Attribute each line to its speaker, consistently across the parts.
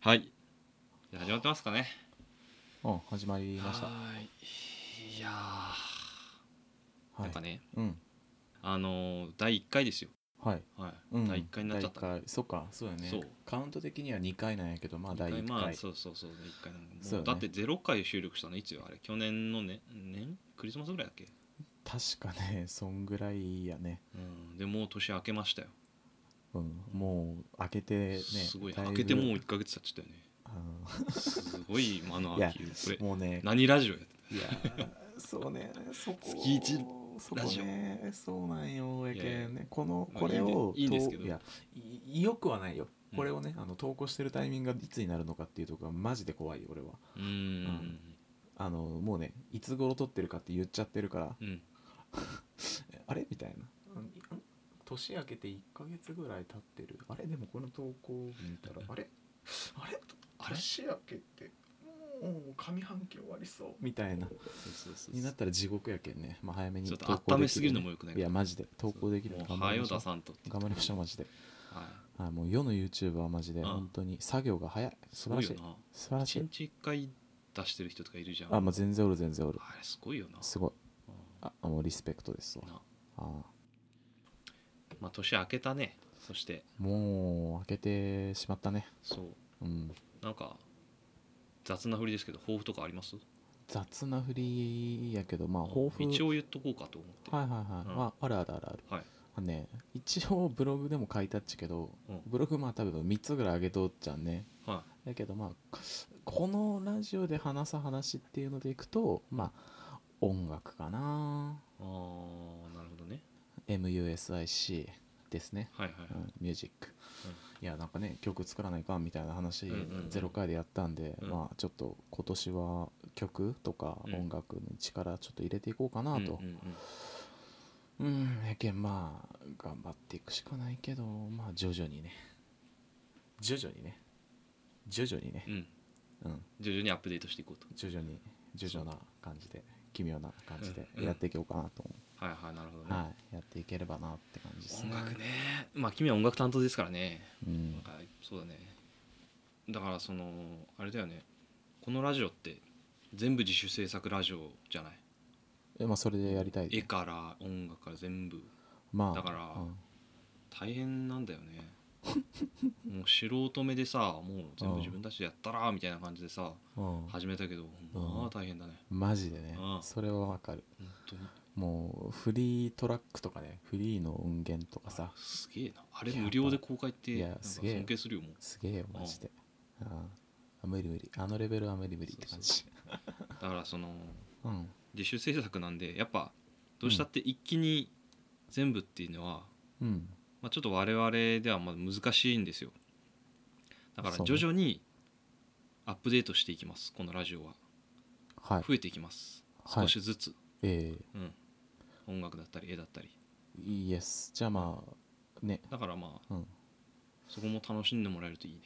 Speaker 1: はい。じゃあ始まってますかね。
Speaker 2: うん、始まりました。
Speaker 1: はーい。いやー、
Speaker 2: は
Speaker 1: ないんか。ね、
Speaker 2: うん。
Speaker 1: あのー第1回ですよ。
Speaker 2: はい。
Speaker 1: はい。
Speaker 2: うん、
Speaker 1: 第1回になっちゃった。
Speaker 2: 第一回そっか、そうだね。
Speaker 1: そう
Speaker 2: カウント的には2回なんやけど、まあ第1回。
Speaker 1: まあ、そうそうそう、第1回なの。もう
Speaker 2: そう
Speaker 1: だ
Speaker 2: だ
Speaker 1: っ
Speaker 2: ね
Speaker 1: て0回収録したの、いつよ、あれ。去年のね、年クリスマスぐらいだっけ
Speaker 2: 確かね、そんぐらいやね。
Speaker 1: うん。で、もう年明けましたよ。
Speaker 2: うん。もう、開けてね。
Speaker 1: すごい。
Speaker 2: だぶ
Speaker 1: 明けてもう1ヶ月経っちゃったよね。
Speaker 2: あ
Speaker 1: すごい間の
Speaker 2: のいや
Speaker 1: 空きよ。これ、、
Speaker 2: もうね、
Speaker 1: 何ラジオやって
Speaker 2: いや、そうね、そこ。
Speaker 1: 月一
Speaker 2: そ
Speaker 1: ラ
Speaker 2: こ
Speaker 1: ジオ
Speaker 2: ね、そうなんよ、やけ
Speaker 1: いやいや
Speaker 2: んね。この、
Speaker 1: まあ
Speaker 2: これを、
Speaker 1: いいんでいいんです
Speaker 2: と
Speaker 1: けど
Speaker 2: いや、いよくはないよ。
Speaker 1: うん
Speaker 2: これをね、あの投稿してるタイミングがいつになるのかっていうところがマジで怖いよ、俺は。
Speaker 1: うーん。
Speaker 2: あのもうねいつ頃撮ってるかって言っちゃってるから
Speaker 1: うん。
Speaker 2: えあれみたいなうん年明けて1ヶ月ぐらい経ってるあれでもこの投稿を見たらあれあれ
Speaker 1: あれ
Speaker 2: 年明けてもう上半期終わりそうみたいな
Speaker 1: そうそうそう
Speaker 2: になったら地獄やけんね、まあ、早めに
Speaker 1: ちょっと
Speaker 2: 投稿できる、
Speaker 1: 温めすぎるのもよくない
Speaker 2: いやマジで投稿できる
Speaker 1: も
Speaker 2: の
Speaker 1: う
Speaker 2: 頑張
Speaker 1: 早
Speaker 2: り
Speaker 1: う
Speaker 2: ましょ
Speaker 1: 出
Speaker 2: う
Speaker 1: さんとって
Speaker 2: 頑張りましょうマジで
Speaker 1: は
Speaker 2: あもう世の YouTuber はマジで
Speaker 1: うん
Speaker 2: 本当に作業が早い
Speaker 1: いす
Speaker 2: 素晴
Speaker 1: ご
Speaker 2: ら
Speaker 1: い
Speaker 2: し
Speaker 1: よ
Speaker 2: い
Speaker 1: な
Speaker 2: 素晴らし
Speaker 1: 一
Speaker 2: い
Speaker 1: 日一回出してる人とかいるじゃん
Speaker 2: あもう全然おる全然おる
Speaker 1: あれすごいよな
Speaker 2: すごい
Speaker 1: うん
Speaker 2: あもうリスペクトですわ
Speaker 1: な
Speaker 2: あー
Speaker 1: まあ年明けたねそして
Speaker 2: もう開けてしまったね。
Speaker 1: そう
Speaker 2: うん。
Speaker 1: なんか雑な振りですけど抱負とかあります
Speaker 2: 雑な振りやけど、まあ、抱負。
Speaker 1: 一応言っとこうかと思って
Speaker 2: はいはいはい。
Speaker 1: うん
Speaker 2: まあ、あるあるあるある。
Speaker 1: はい
Speaker 2: あのね、一応ブログでも書いたっちけど、
Speaker 1: うん
Speaker 2: ブログまあ多分3つぐらい上げとっちゃうね。
Speaker 1: は
Speaker 2: だけどまあ、このラジオで話す話っていうのでいくと、まあ、音楽かな。
Speaker 1: いあーなるほどね
Speaker 2: MUSIC ですね。
Speaker 1: はいはい
Speaker 2: うんミュージック、いやなんかね曲作らないかんみたいな話、
Speaker 1: うんうんうん
Speaker 2: ゼロ回でやったんで、
Speaker 1: うん
Speaker 2: まあちょっと今年は曲とか
Speaker 1: うん
Speaker 2: 音楽に力ちょっと入れていこうかなと
Speaker 1: うんうんうん
Speaker 2: うんやけんまあ頑張っていくしかないけどまあ徐々にね徐々にね徐々にね
Speaker 1: うん
Speaker 2: うん
Speaker 1: 徐々にアップデートしていこうと
Speaker 2: 徐々に徐々な感じで奇妙な感じで
Speaker 1: うんうん
Speaker 2: やっていこうかなと思
Speaker 1: はいはいなるほど
Speaker 2: う、
Speaker 1: ね
Speaker 2: はいやっていければなって感じです
Speaker 1: 音楽ねまあ君は音楽担当ですからね
Speaker 2: う
Speaker 1: なん
Speaker 2: ん
Speaker 1: かそうだねだからそのあれだよねこのラジオって全部自主制作ラジオじゃない
Speaker 2: えまあそれでやりたい
Speaker 1: 絵から音楽から全部
Speaker 2: まあ
Speaker 1: だから
Speaker 2: うん
Speaker 1: 大変なんだよ ねもう素人目でさもう全部自分たちでやったらみたいな感じでさ
Speaker 2: うん
Speaker 1: 始めたけど
Speaker 2: ん
Speaker 1: まあ大変だね
Speaker 2: マジでね
Speaker 1: うん
Speaker 2: それはわかる
Speaker 1: 本当に
Speaker 2: もうフリートラックとかねフリーの音源とかさ
Speaker 1: すげえなあれ無料で公開って
Speaker 2: いや
Speaker 1: なんか
Speaker 2: すげえ
Speaker 1: 尊敬するよもう
Speaker 2: すげえよ
Speaker 1: うん
Speaker 2: マジでああ無理無理あのレベルは無理無理って感じ
Speaker 1: だからその
Speaker 2: うん
Speaker 1: 自主制作なんでやっぱどうしたって一気に全部っていうのは
Speaker 2: うん
Speaker 1: まあ、ちょっと我々ではまだ難しいんですよだから
Speaker 2: そう
Speaker 1: 徐
Speaker 2: ね
Speaker 1: 々にアップデートしていきますこのラジオは
Speaker 2: はい
Speaker 1: 増えていきます、
Speaker 2: はい
Speaker 1: 少しずつ、
Speaker 2: ええ
Speaker 1: うん、音楽だったり絵だったり
Speaker 2: イエスじゃあまあね
Speaker 1: だからまあ
Speaker 2: うん
Speaker 1: そこも楽しんでもらえるといいね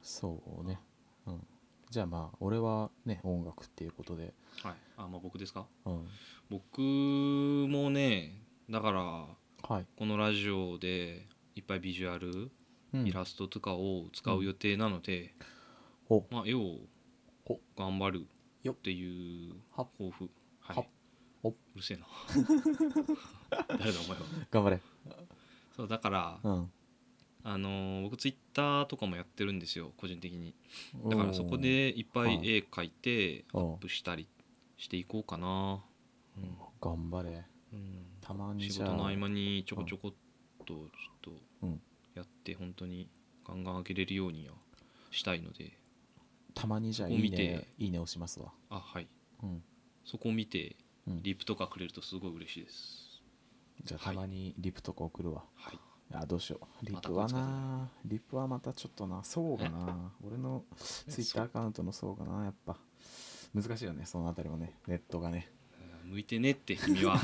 Speaker 2: そうねうんじゃあまあ俺はね音楽っていうことで
Speaker 1: はいあまあ僕ですか
Speaker 2: うん
Speaker 1: 僕もねだから
Speaker 2: はい
Speaker 1: このラジオでいっぱいビジュアル、
Speaker 2: うん
Speaker 1: イラストとかを使う予定なので、
Speaker 2: お
Speaker 1: まあ、絵を
Speaker 2: お
Speaker 1: 頑張る
Speaker 2: よっ
Speaker 1: っていう
Speaker 2: は
Speaker 1: 抱負は
Speaker 2: はいお
Speaker 1: うるせえな 誰だお前は
Speaker 2: 頑張れ
Speaker 1: そうだから、
Speaker 2: うん
Speaker 1: あのー僕ツイッターとかもやってるんですよ個人的にだからそこでいっぱい
Speaker 2: うん
Speaker 1: 絵描いてア
Speaker 2: うん
Speaker 1: ップしたりしていこうかな、
Speaker 2: うん頑張れ
Speaker 1: うん
Speaker 2: たまに
Speaker 1: 仕
Speaker 2: じゃ
Speaker 1: 事
Speaker 2: あ
Speaker 1: の合間にちょこちょこっとちょっ
Speaker 2: う
Speaker 1: と
Speaker 2: ん
Speaker 1: やって本当にガンガン開けれるようにはしたいので
Speaker 2: たまにじゃあ
Speaker 1: ここ
Speaker 2: いい
Speaker 1: 見て
Speaker 2: ねいいね押しますわ
Speaker 1: あはい
Speaker 2: うん
Speaker 1: そこを見て
Speaker 2: うん
Speaker 1: リップとかくれるとすごい嬉しいです
Speaker 2: じゃ
Speaker 1: は
Speaker 2: あた
Speaker 1: い
Speaker 2: まにリプとか送るわ、
Speaker 1: はい
Speaker 2: あどうしようリ
Speaker 1: また
Speaker 2: プは
Speaker 1: こいつか
Speaker 2: なリプはまたちょっとなそうがな俺のツイッターアカウントのそうがなやっぱ難しいよねそのあたりもねネットが ね
Speaker 1: うん向いてねって君 は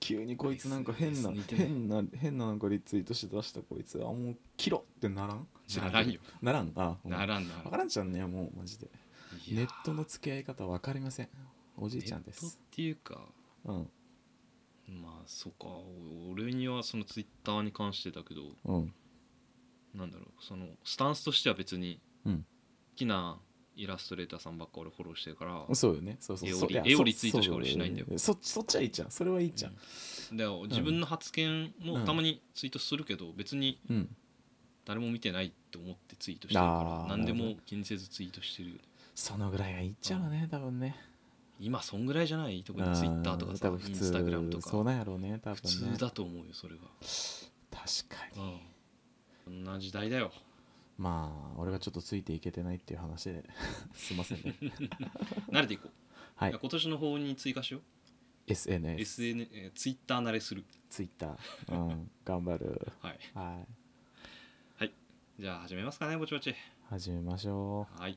Speaker 2: 急にこいつなんか変
Speaker 1: 別
Speaker 2: な
Speaker 1: に似てない
Speaker 2: 変な変ななんかリツイートして出したこいつあもう切ろってならん知
Speaker 1: な
Speaker 2: けど
Speaker 1: らんよ
Speaker 2: ならんあ
Speaker 1: な
Speaker 2: ら
Speaker 1: らんな
Speaker 2: 分からんじゃんねもうマジで
Speaker 1: いや
Speaker 2: ネットの付き合い方分かりませんおじいちゃんで
Speaker 1: ネット
Speaker 2: す
Speaker 1: っていうか
Speaker 2: うん
Speaker 1: まあそっかお俺にはそのツイッターに関してだけど
Speaker 2: うん
Speaker 1: なんだろうそのスタンスとしては別に
Speaker 2: う
Speaker 1: 好
Speaker 2: ん
Speaker 1: きなイラストレーターさんばっか俺フォローしてるから、
Speaker 2: そうよね。そうそう
Speaker 1: 絵を
Speaker 2: そう。
Speaker 1: リ
Speaker 2: いや
Speaker 1: 絵を
Speaker 2: そ
Speaker 1: リツイートしか俺しないんだよ
Speaker 2: そうそそっちはいいじゃん。それはいいじゃん。
Speaker 1: で自分の発言
Speaker 2: う
Speaker 1: も
Speaker 2: ん
Speaker 1: たまにツイートするけど別に
Speaker 2: うん。
Speaker 1: 誰も見てないって思ってツイートしてるか
Speaker 2: あー
Speaker 1: ら何で
Speaker 2: なる
Speaker 1: も気にせずツイートしてるよね
Speaker 2: そのぐらいがいいっちゃうね、多分ね。
Speaker 1: 今そんぐらいじゃない特
Speaker 2: う
Speaker 1: に
Speaker 2: ん
Speaker 1: ツイッターとかさ
Speaker 2: 多分普
Speaker 1: イン
Speaker 2: 通
Speaker 1: スタグラムと
Speaker 2: そう
Speaker 1: か
Speaker 2: なんやろうね、多分ね。
Speaker 1: 普通だと思うよそれが
Speaker 2: 確かに。
Speaker 1: うんこんな時代だよ
Speaker 2: まあ、俺がちょっとついていけてないっていう話で、 すいませんね。
Speaker 1: 慣れていこう
Speaker 2: はい
Speaker 1: いや。今年の方に追加しよう
Speaker 2: SNS、
Speaker 1: SN えーツイッター慣れする
Speaker 2: Twitter、うん、頑張る。
Speaker 1: はい
Speaker 2: はい。
Speaker 1: じゃあ始めますかねぼちぼち
Speaker 2: 始めましょ
Speaker 1: はい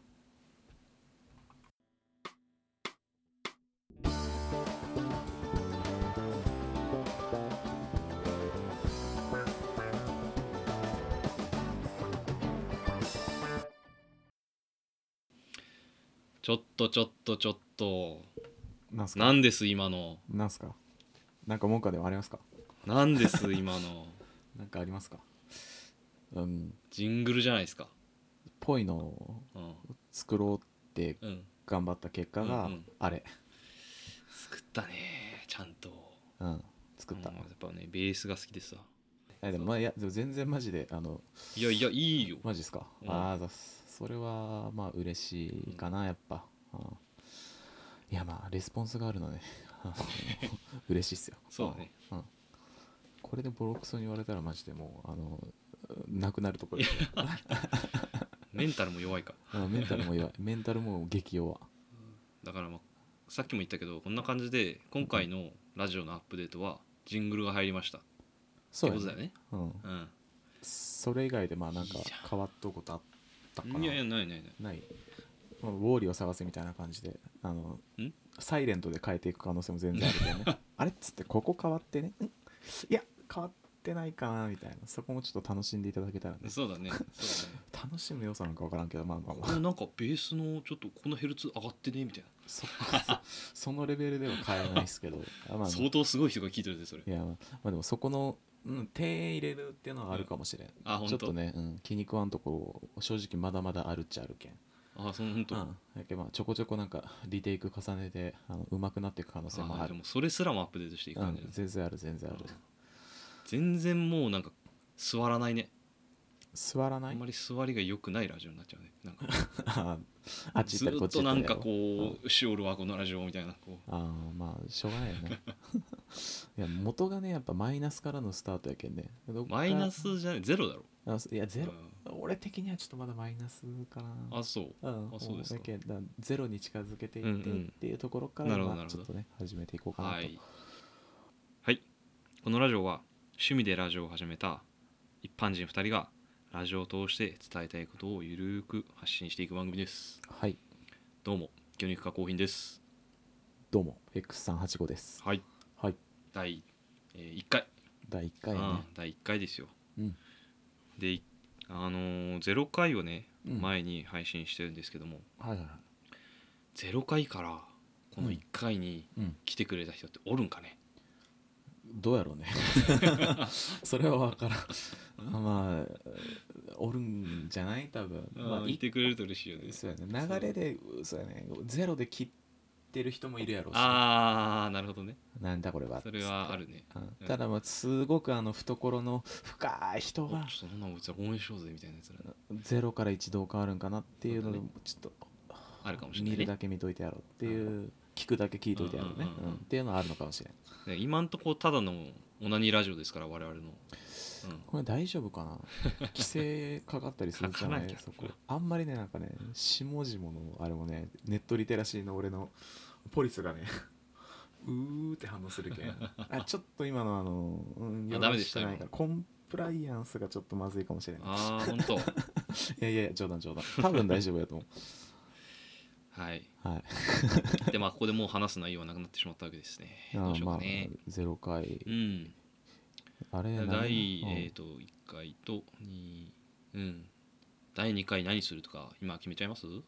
Speaker 1: ちょっとちょっとちょっと
Speaker 2: う。なんすか
Speaker 1: 何です今の
Speaker 2: なんすかなんか文句はでもありますか
Speaker 1: 何です今 の
Speaker 2: なんかありますかうん、
Speaker 1: ジングルじゃないですか
Speaker 2: ぽいのを
Speaker 1: うん
Speaker 2: 作ろうって
Speaker 1: うん
Speaker 2: 頑張った結果が、
Speaker 1: うんうん
Speaker 2: あれ、
Speaker 1: 作ったねちゃんと
Speaker 2: うん、作った。
Speaker 1: うんやっぱねベースが好きですわ
Speaker 2: えでもまあいやでも全然マジであの
Speaker 1: いやいやいいよ
Speaker 2: マジですか、
Speaker 1: うん
Speaker 2: ああざっすそれはまあ嬉しいかな、やっぱ、うんいやまあレスポンスがあるのね 嬉しいっすよ
Speaker 1: そうだね
Speaker 2: うん、うんこれでボロクソに言われたらマジでもうあのなくなるところですよ
Speaker 1: メンタルも弱いから
Speaker 2: うんメンタル も弱いメンタルも激弱
Speaker 1: だから、まあ、さっきも言ったけどこんな感じで今回のラジオのアップデートはジングルが入りましたっ
Speaker 2: そ
Speaker 1: て
Speaker 2: う
Speaker 1: こ
Speaker 2: や
Speaker 1: とだ
Speaker 2: ね
Speaker 1: よね
Speaker 2: うん、それ以外でまあなんか
Speaker 1: いいじゃん
Speaker 2: 変わったことあったか
Speaker 1: う
Speaker 2: なん
Speaker 1: いやいやないないない
Speaker 2: ない、まあウォーリーを探せみたいな感じであの
Speaker 1: ん
Speaker 2: サイレントで変えていく可能性も全然あるけど ねあれっつってここ変わってねんいや変わってないかなみたいなそこもちょっと楽しんでいただけたらね
Speaker 1: そうだねそうだね
Speaker 2: 楽しむ要素なんか分からんけどまあまあま
Speaker 1: こ
Speaker 2: あ
Speaker 1: れなんかベースのちょっとこのヘルツ上がってねみたい
Speaker 2: そ そのレベルでは変えないですけどあまあま
Speaker 1: な
Speaker 2: あ
Speaker 1: 相当すごい人が聞いてるでそれ
Speaker 2: いやまあまあでもそこの、うん、手入れるっていうのはあるかもしれん、
Speaker 1: あ本
Speaker 2: ちょ
Speaker 1: 当
Speaker 2: っとね、うん、気に食わんとこ正直まだまだあるっちゃあるけん
Speaker 1: あその本当
Speaker 2: うん、だけどまあちょこちょこなんかリテイク重ねてあの上手くなっていく可能性も
Speaker 1: あ
Speaker 2: あ
Speaker 1: で
Speaker 2: る、
Speaker 1: もそれすらもアップデートしていく
Speaker 2: う
Speaker 1: 感じ
Speaker 2: ん、全然ある全然ある
Speaker 1: 全然もうなんか座らないね
Speaker 2: 座らな
Speaker 1: あ
Speaker 2: い
Speaker 1: んまり座りが良くないラジオになっちゃうねなんか
Speaker 2: あ あっち
Speaker 1: ず
Speaker 2: 行ったりこ
Speaker 1: っ
Speaker 2: っち行
Speaker 1: と
Speaker 2: っ
Speaker 1: な
Speaker 2: たり
Speaker 1: んかこうしおるわこのラジオみたいなこう
Speaker 2: ああまあしょうがないよ ねいや元がねやっぱマイナスからのスタートやけんねどっから
Speaker 1: マイナスじゃないゼロだろ
Speaker 2: あそいやゼロ
Speaker 1: うん
Speaker 2: 俺的にはちょっとまだマイナスかな
Speaker 1: あそう
Speaker 2: うん、
Speaker 1: あそうですか
Speaker 2: だけどゼロに近づけていって
Speaker 1: うんうん
Speaker 2: っていうところから、
Speaker 1: なるほど
Speaker 2: ま
Speaker 1: な
Speaker 2: あ
Speaker 1: るほ
Speaker 2: ち
Speaker 1: ど
Speaker 2: ょっとね始めていこうかなと、
Speaker 1: はい、はい、このラジオは趣味でラジオを始めた一般人2人がラジオを通して伝えたいことをゆるーく発信していく番組です
Speaker 2: はい、
Speaker 1: どうも魚肉加工品です
Speaker 2: どうも X385 です
Speaker 1: はい
Speaker 2: はい
Speaker 1: 第、え1回、
Speaker 2: 第1回ね
Speaker 1: うん第1回ですよ
Speaker 2: うん
Speaker 1: でいあのー、0回をね
Speaker 2: うん
Speaker 1: 前に配信してるんですけども、
Speaker 2: はいはいはい
Speaker 1: 0回からこの1回に
Speaker 2: うん
Speaker 1: 来てくれた人っておるんかね、
Speaker 2: どうやろうね それは分からんまあおるんじゃない多分ま
Speaker 1: あ
Speaker 2: あ
Speaker 1: ー
Speaker 2: い
Speaker 1: いてくれると嬉しいよね
Speaker 2: そうやね流れでそうやねゼロで切ってる人もいるやろうし
Speaker 1: ああなるほどね
Speaker 2: なんだこれは
Speaker 1: それはあるね
Speaker 2: うんただまあすごくあの懐の深い人
Speaker 1: お
Speaker 2: が
Speaker 1: ちょっとそんなこいつら応援しようぜみたいなやつら
Speaker 2: ゼロから一度変わるんかなっていうの
Speaker 1: そうだ
Speaker 2: も
Speaker 1: ね
Speaker 2: ちょっ
Speaker 1: あるかも
Speaker 2: と
Speaker 1: しれな
Speaker 2: 見
Speaker 1: い、
Speaker 2: る
Speaker 1: ね、
Speaker 2: だけ見といてやろうっていう聞くだけ聞いといてやろうね
Speaker 1: うんうんうんうん
Speaker 2: うんっていうのはあるのかもしれん
Speaker 1: ね今んとこただのオナニーラジオですから我々の、うん、
Speaker 2: これ大丈 夫かな規制かかったりするじゃな
Speaker 1: か
Speaker 2: い
Speaker 1: からんけ
Speaker 2: そ
Speaker 1: ど
Speaker 2: こあんまりねなんかね下々のあれもねネットリテラシーの俺のポリスがね うーって反応す るけんあちょっと今のあの、うん、
Speaker 1: あ
Speaker 2: よろ
Speaker 1: ダメでした
Speaker 2: くないから
Speaker 1: 今
Speaker 2: コンプライアンスがちょっとまずいかもしれない
Speaker 1: ああ本当
Speaker 2: いやいやいや冗談冗談多分大丈夫やと思
Speaker 1: はい。
Speaker 2: うはい
Speaker 1: でまあここでもう話す内容はなくなってしまったわけですね。
Speaker 2: あ
Speaker 1: どうし
Speaker 2: ー
Speaker 1: よう
Speaker 2: ま
Speaker 1: か
Speaker 2: あ
Speaker 1: ね。
Speaker 2: 0回
Speaker 1: うん。
Speaker 2: あれ何
Speaker 1: 第、
Speaker 2: うん
Speaker 1: えー、と1回と2、うん。第2回何するとか今決めちゃいますう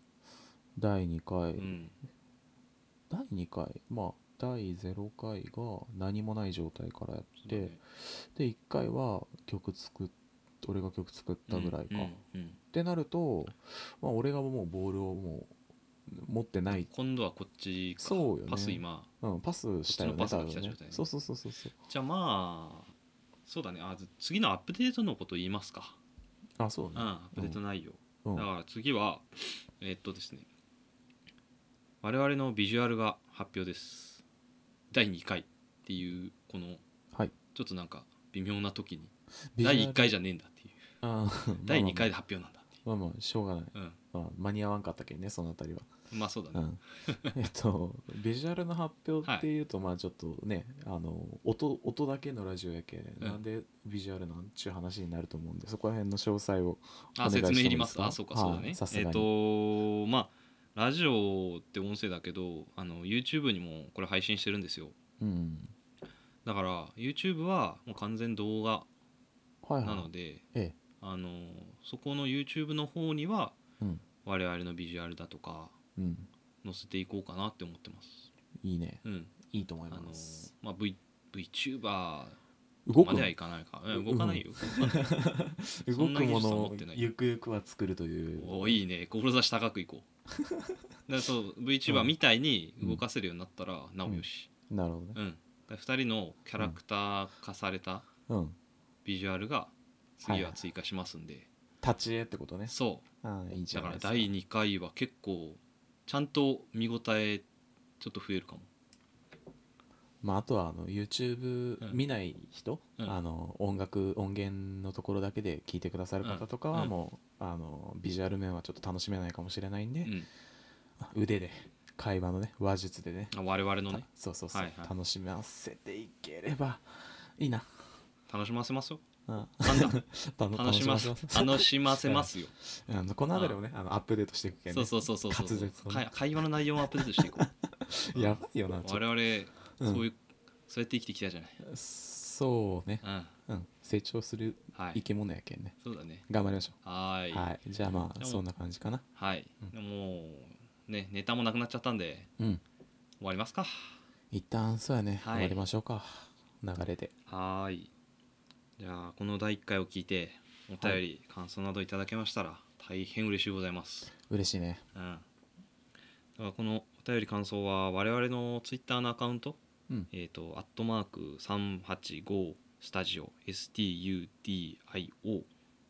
Speaker 2: 第2回、
Speaker 1: ん。
Speaker 2: 第2回まあ第0回が何もない状態からやって、
Speaker 1: そうだね
Speaker 2: で1回は曲作っ俺が曲作ったぐらい
Speaker 1: う
Speaker 2: か、
Speaker 1: ん
Speaker 2: っ
Speaker 1: うん
Speaker 2: てなると、まあ、俺がもうボールをもう持ってない、
Speaker 1: 今度はこっちか
Speaker 2: そうよね
Speaker 1: パス今
Speaker 2: うん、パスしたよね
Speaker 1: こっちのパスが
Speaker 2: 多分
Speaker 1: 来た
Speaker 2: ね
Speaker 1: 状態ね
Speaker 2: そうそうそうそうそう
Speaker 1: じゃあまあそうだねあ次のアップデートのこと言いますか
Speaker 2: あそう
Speaker 1: うん
Speaker 2: ね、
Speaker 1: アップデート内容、
Speaker 2: うん
Speaker 1: だから次はえーっとですね我々のビジュアルが発表です第2回っていうこの
Speaker 2: はい
Speaker 1: ちょっとなんか微妙な時に
Speaker 2: ビジュアル
Speaker 1: 第1回じゃねえんだっていう
Speaker 2: あーまあ
Speaker 1: 第2回
Speaker 2: だ
Speaker 1: で発表なんだってい
Speaker 2: まあまあしょうがない、
Speaker 1: う、
Speaker 2: まあ、間に合わんかったけんねそのあたりは
Speaker 1: うん、まあそうだ
Speaker 2: う
Speaker 1: ね、
Speaker 2: んえっとビジュアルの発表っていうと、まあちょっとねあの音音だけのラジオやけ、
Speaker 1: うん
Speaker 2: なんでビジュアルなんちゅう話になると思うんでそこら辺の詳細を
Speaker 1: あ説明いりま
Speaker 2: お
Speaker 1: す
Speaker 2: 願
Speaker 1: あ
Speaker 2: いして
Speaker 1: そう
Speaker 2: もい
Speaker 1: か
Speaker 2: いですか
Speaker 1: そうだね、
Speaker 2: はいさすが
Speaker 1: え
Speaker 2: に
Speaker 1: っ、とまあラジオって音声だけどあの YouTube にもこれ配信してるんですよ
Speaker 2: うん
Speaker 1: だから YouTube はもう完全動画
Speaker 2: はいは
Speaker 1: ないので、
Speaker 2: ええ
Speaker 1: あのそこの YouTube の方には
Speaker 2: うん
Speaker 1: 我々のビジュアルだとか
Speaker 2: うん
Speaker 1: 載せていこうかなって思ってます
Speaker 2: いいね
Speaker 1: うん
Speaker 2: いいと思
Speaker 1: あ
Speaker 2: い
Speaker 1: の
Speaker 2: ます、
Speaker 1: まあ、v VTuber
Speaker 2: 動
Speaker 1: ま
Speaker 2: く
Speaker 1: ではいかないかうん動かないよ、
Speaker 2: 動
Speaker 1: そんな技
Speaker 2: くも
Speaker 1: 術
Speaker 2: の
Speaker 1: は持
Speaker 2: を
Speaker 1: ってない
Speaker 2: ゆくゆくは作るという
Speaker 1: おおいいね志高くいこうだからそう VTuber みたいに動かせるようになったらなおよし
Speaker 2: なるほどね
Speaker 1: うん、だから2人のキャラクター化された
Speaker 2: うん
Speaker 1: ビジュアルが次は追加しますんで、
Speaker 2: 立ち絵ってことね
Speaker 1: そ
Speaker 2: ああいいうじゃ
Speaker 1: だ
Speaker 2: な
Speaker 1: から
Speaker 2: いです
Speaker 1: 第2回は結構ちゃんと見応えちょっと増えるかも
Speaker 2: まあ、あとはあの YouTube
Speaker 1: うん
Speaker 2: 見ない人、
Speaker 1: うん
Speaker 2: あの音楽音源のところだけで聞いてくださる方とか
Speaker 1: うんう
Speaker 2: は
Speaker 1: ん
Speaker 2: もう、あのビジュアル面はちょっと楽しめないかもしれないんで、
Speaker 1: うん
Speaker 2: 腕で会話のね話術でね
Speaker 1: あ我々のね
Speaker 2: たそうそうそう、
Speaker 1: はいはい
Speaker 2: 楽しませていければいいな、
Speaker 1: 楽しませます よ
Speaker 2: うん、
Speaker 1: なんだ
Speaker 2: たの
Speaker 1: 楽しませ
Speaker 2: 楽しま
Speaker 1: 楽しませますよ
Speaker 2: せあのこの辺りをねあのアップデートしていくけん
Speaker 1: そ
Speaker 2: ね
Speaker 1: うそうそうそうそう
Speaker 2: 滑舌をね
Speaker 1: 会会話の内容をアップデートしていこ う
Speaker 2: やばいよなちょっ
Speaker 1: 我々
Speaker 2: と、うん
Speaker 1: そういう、そうやって生きてきたじゃない。
Speaker 2: そうね、
Speaker 1: うん。
Speaker 2: うん、成長する
Speaker 1: はい
Speaker 2: 生。き物やけんね
Speaker 1: そうだね。
Speaker 2: 頑張りましょ
Speaker 1: はー
Speaker 2: う
Speaker 1: い。
Speaker 2: はい、じゃあま
Speaker 1: でも
Speaker 2: あそんな感じかな
Speaker 1: はい。でもう、ね、ネタもなくなっちゃったんで、
Speaker 2: うん
Speaker 1: 終わりますか。
Speaker 2: 一旦そうやね、
Speaker 1: はい
Speaker 2: 終わりましょうか流れで
Speaker 1: はーい。じゃあ、この第1回を聞いて、お便り、感想などいただけましたら、大変嬉しいございます。
Speaker 2: 嬉しいね
Speaker 1: うん。だからこのお便り感想は、我々のツイッターのアカウント、
Speaker 2: うん
Speaker 1: えっ、と、アットマーク385スタジオ STUDIO っ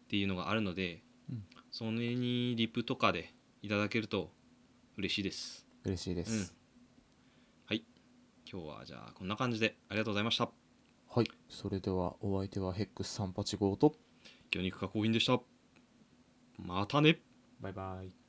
Speaker 1: ていうのがあるので、
Speaker 2: うん
Speaker 1: それにリプとかでいただけると嬉しいです。
Speaker 2: 嬉しいです、
Speaker 1: うんはい。今日はじゃあこんな感じでありがとうございました。
Speaker 2: はいそれではお相手はヘックス385と
Speaker 1: 魚肉加工品でした。またね。
Speaker 2: バイバイ